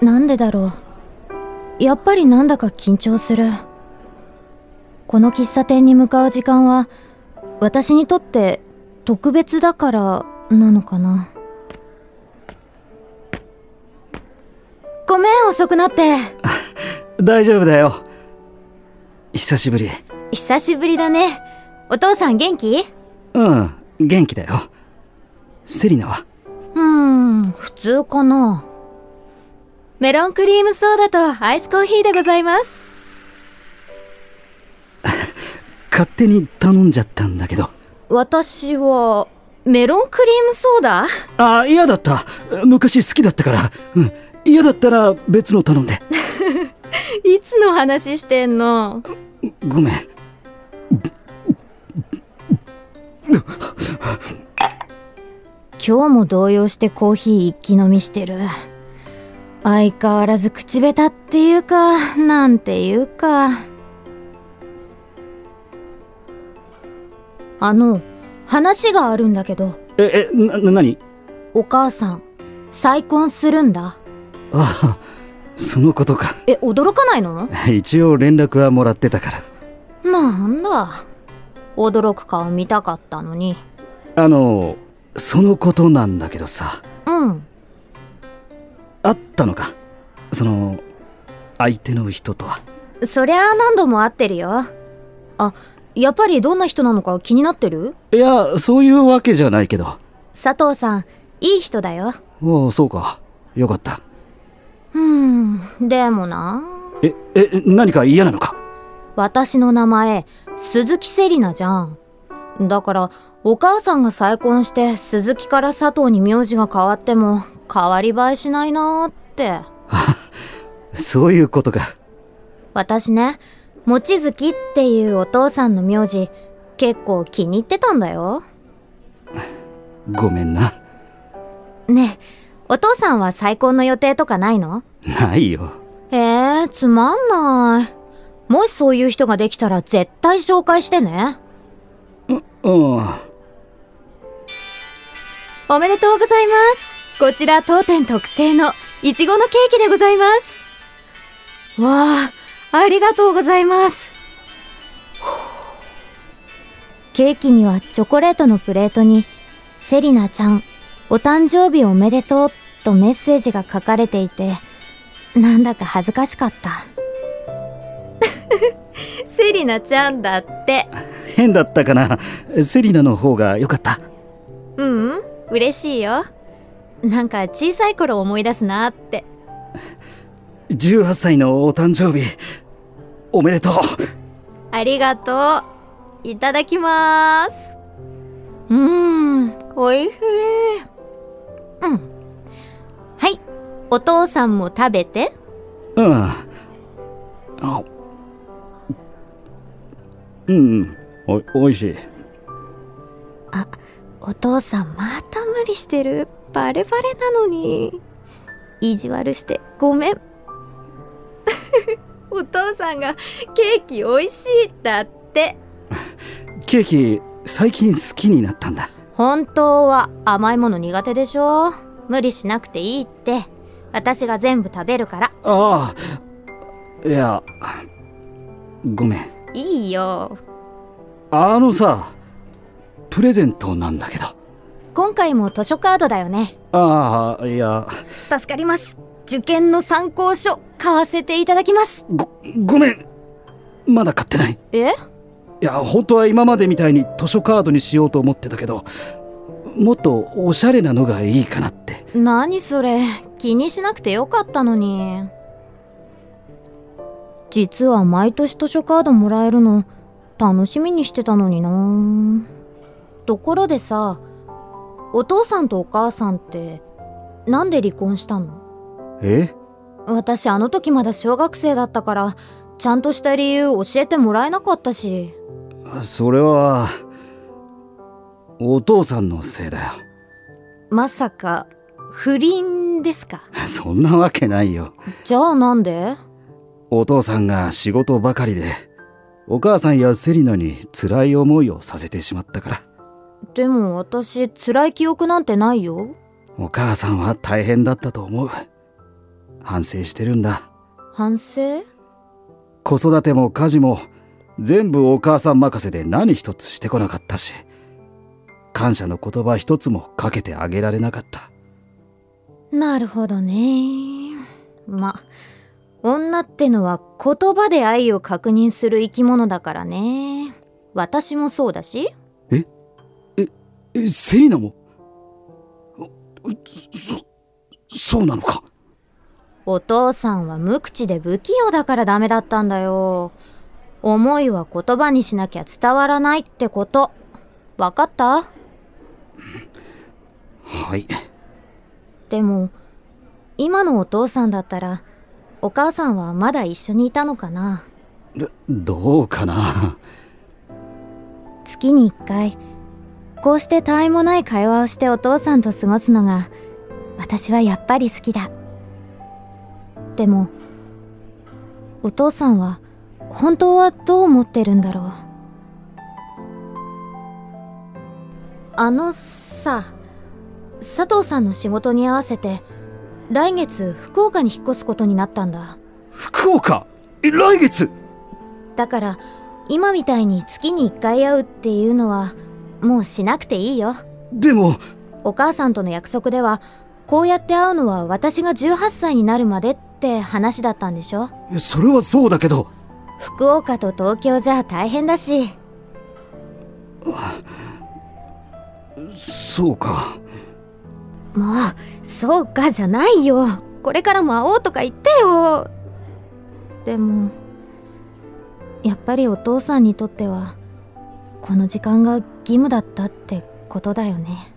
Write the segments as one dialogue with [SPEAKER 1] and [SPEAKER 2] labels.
[SPEAKER 1] なんでだろう。やっぱりなんだか緊張する。この喫茶店に向かう時間は、私にとって特別だからなのかな。ごめん、遅くなって。
[SPEAKER 2] 大丈夫だよ久しぶり
[SPEAKER 1] 久しぶりだね。お父さん元気
[SPEAKER 2] うん元気だよセリナは
[SPEAKER 1] うーん、普通かな。メロンクリームソーダとアイスコーヒーでございます。
[SPEAKER 2] 勝手に頼んじゃったんだけど
[SPEAKER 1] 私は、メロンクリームソーダ
[SPEAKER 2] あ嫌だった昔好きだったからうん嫌だったら別の頼んで
[SPEAKER 1] いつの話してんの
[SPEAKER 2] ごめん
[SPEAKER 1] 今日も動揺してコーヒー一気飲みしてる。相変わらず口下手っていうか、なんていうか。あの、話があるんだけど、
[SPEAKER 2] ええなな何
[SPEAKER 1] お母さん、再婚するんだ。
[SPEAKER 2] ああそのことか
[SPEAKER 1] え、驚かないの
[SPEAKER 2] 一応連絡はもらってたか
[SPEAKER 1] なんだ。驚く顔見たかったのに。
[SPEAKER 2] らあのそのことなんだけどさ
[SPEAKER 1] うん。
[SPEAKER 2] あったのかその相手の人とは
[SPEAKER 1] そりゃあ何度も会ってるよ。あ、やっぱりどんな人なのか気になってる
[SPEAKER 2] いやそういうわけじゃないけど
[SPEAKER 1] 佐藤さん、いい人だよ。
[SPEAKER 2] おおそうかよかった
[SPEAKER 1] うーん、でもな。
[SPEAKER 2] ええ何か嫌なのか
[SPEAKER 1] 私の名前、鈴木セリナじゃん。だから、お母さんが再婚して鈴木から佐藤に名字が変わっても、変わり映えしないなーって。
[SPEAKER 2] そういうことか
[SPEAKER 1] 私ね、望月っていうお父さんの名字、結構気に入ってたんだよ。
[SPEAKER 2] ごめんな
[SPEAKER 1] ねえ、お父さんは再婚の予定とかないの
[SPEAKER 2] ないよ
[SPEAKER 1] えー、つまんない。もしそういう人ができたら絶対紹介してね。
[SPEAKER 2] うん
[SPEAKER 1] おめでとうございます。こちら当店特製のいちごのケーキでございます。わあ、ありがとうございます。ケーキにはチョコレートのプレートに、セリナちゃん、お誕生日おめでとうとメッセージが書かれていて、なんだか恥ずかしかった。 セリナちゃんだって。
[SPEAKER 2] 変だったかなセリナの方が良かった
[SPEAKER 1] ううん、嬉しいよ。なんか小さい頃思い出すなって。
[SPEAKER 2] 18歳のお誕生日おめでとう
[SPEAKER 1] ありがとう。いただきます。うーん、おいしい。うん。はい、お父さんも食べて。
[SPEAKER 2] うんあうんおおいしい
[SPEAKER 1] お父さんまた無理してる。バレバレなのに。意地悪してごめん。 お父さんがケーキおいしいだって。
[SPEAKER 2] ケーキ最近好きになったんだ
[SPEAKER 1] 本当は甘いもの苦手でしょ無理しなくていいって私が全部食べるから
[SPEAKER 2] ああいやごめん
[SPEAKER 1] いいよ
[SPEAKER 2] あのさプレゼントなんだけど
[SPEAKER 1] 今回も図書カードだよね
[SPEAKER 2] ああいや
[SPEAKER 1] 助かります受験の参考書買わせていただきます
[SPEAKER 2] ごごめんまだ買ってない
[SPEAKER 1] え
[SPEAKER 2] いや本当は今までみたいに図書カードにしようと思ってたけどもっとおしゃれなのがいいかなって
[SPEAKER 1] 何それ気にしなくてよかったのに実は毎年図書カードもらえるの楽しみにしてたのになところでさお父さんとお母さんってなんで離婚したの
[SPEAKER 2] え
[SPEAKER 1] 私あの時まだ小学生だったからちゃんとした理由教えてもらえなかったし
[SPEAKER 2] それはお父さんのせいだよ
[SPEAKER 1] まさか不倫ですか
[SPEAKER 2] そんなわけないよ
[SPEAKER 1] じゃあなんで
[SPEAKER 2] お父さんが仕事ばかりでお母さんやセリナに辛い思いをさせてしまったから
[SPEAKER 1] でも私辛い記憶なんてないよ
[SPEAKER 2] お母さんは大変だったと思う反省してるんだ
[SPEAKER 1] 反省
[SPEAKER 2] 子育ても家事も全部お母さん任せで何一つしてこなかったし感謝の言葉一つもかけてあげられなかった
[SPEAKER 1] なるほどねま女ってのは言葉で愛を確認する生き物だからね私もそうだし
[SPEAKER 2] えセリナもそそうなのか
[SPEAKER 1] お父さんは無口で不器用だからダメだったんだよ思いは言葉にしなきゃ伝わらないってこと分かった
[SPEAKER 2] はい
[SPEAKER 1] でも今のお父さんだったらお母さんはまだ一緒にいたのかな
[SPEAKER 2] どどうかな
[SPEAKER 1] 月に1回こうしてたわいもない会話をしてお父さんと過ごすのが私はやっぱり好きだでもお父さんは本当はどう思ってるんだろうあのさ佐藤さんの仕事に合わせて来月福岡に引っ越すことになったんだ
[SPEAKER 2] 福岡え来月
[SPEAKER 1] だから今みたいに月に1回会うっていうのはもうしなくていいよ
[SPEAKER 2] でも
[SPEAKER 1] お母さんとの約束ではこうやって会うのは私が18歳になるまでって話だったんでしょ
[SPEAKER 2] それはそうだけど
[SPEAKER 1] 福岡と東京じゃ大変だし
[SPEAKER 2] そうか
[SPEAKER 1] もうそうかじゃないよこれからも会おうとか言ってよでもやっぱりお父さんにとってはこの時間が義務だったってことだよね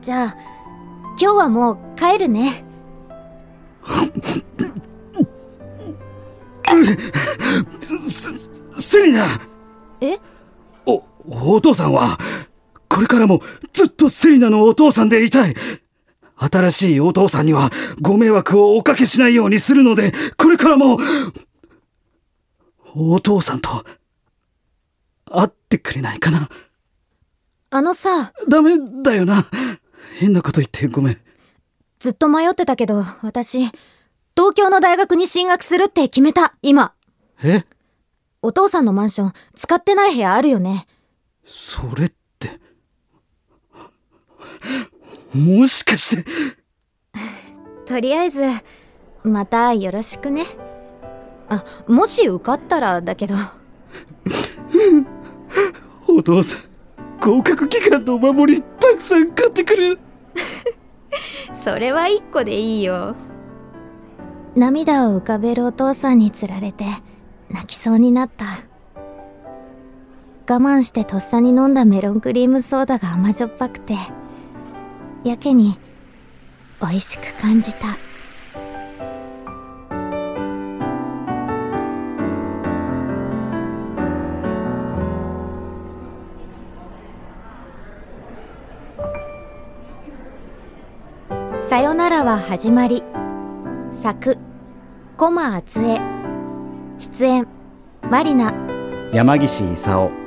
[SPEAKER 1] じゃあ今日はもう帰るね
[SPEAKER 2] せセリナ
[SPEAKER 1] え
[SPEAKER 2] おお父さんはこれからもずっとセリナのお父さんでいたい新しいお父さんにはご迷惑をおかけしないようにするのでこれからもお父さんと会ってくれないかな
[SPEAKER 1] あのさ
[SPEAKER 2] ダメだよな変なこと言ってごめん
[SPEAKER 1] ずっと迷ってたけど私東京の大学に進学するって決めた今
[SPEAKER 2] え
[SPEAKER 1] お父さんのマンション使ってない部屋あるよね
[SPEAKER 2] それってもしかして
[SPEAKER 1] とりあえずまたよろしくねあもし受かったらだけど
[SPEAKER 2] お父さん合格祈願のお守りたくさん買ってくる
[SPEAKER 1] それは一個でいいよ涙を浮かべるお父さんにつられて泣きそうになった我慢してとっさに飲んだメロンクリームソーダが甘じょっぱくてやけに美味しく感じた「さよならは始まり」作「コマ厚江」出演「マリナ」
[SPEAKER 2] 山岸勲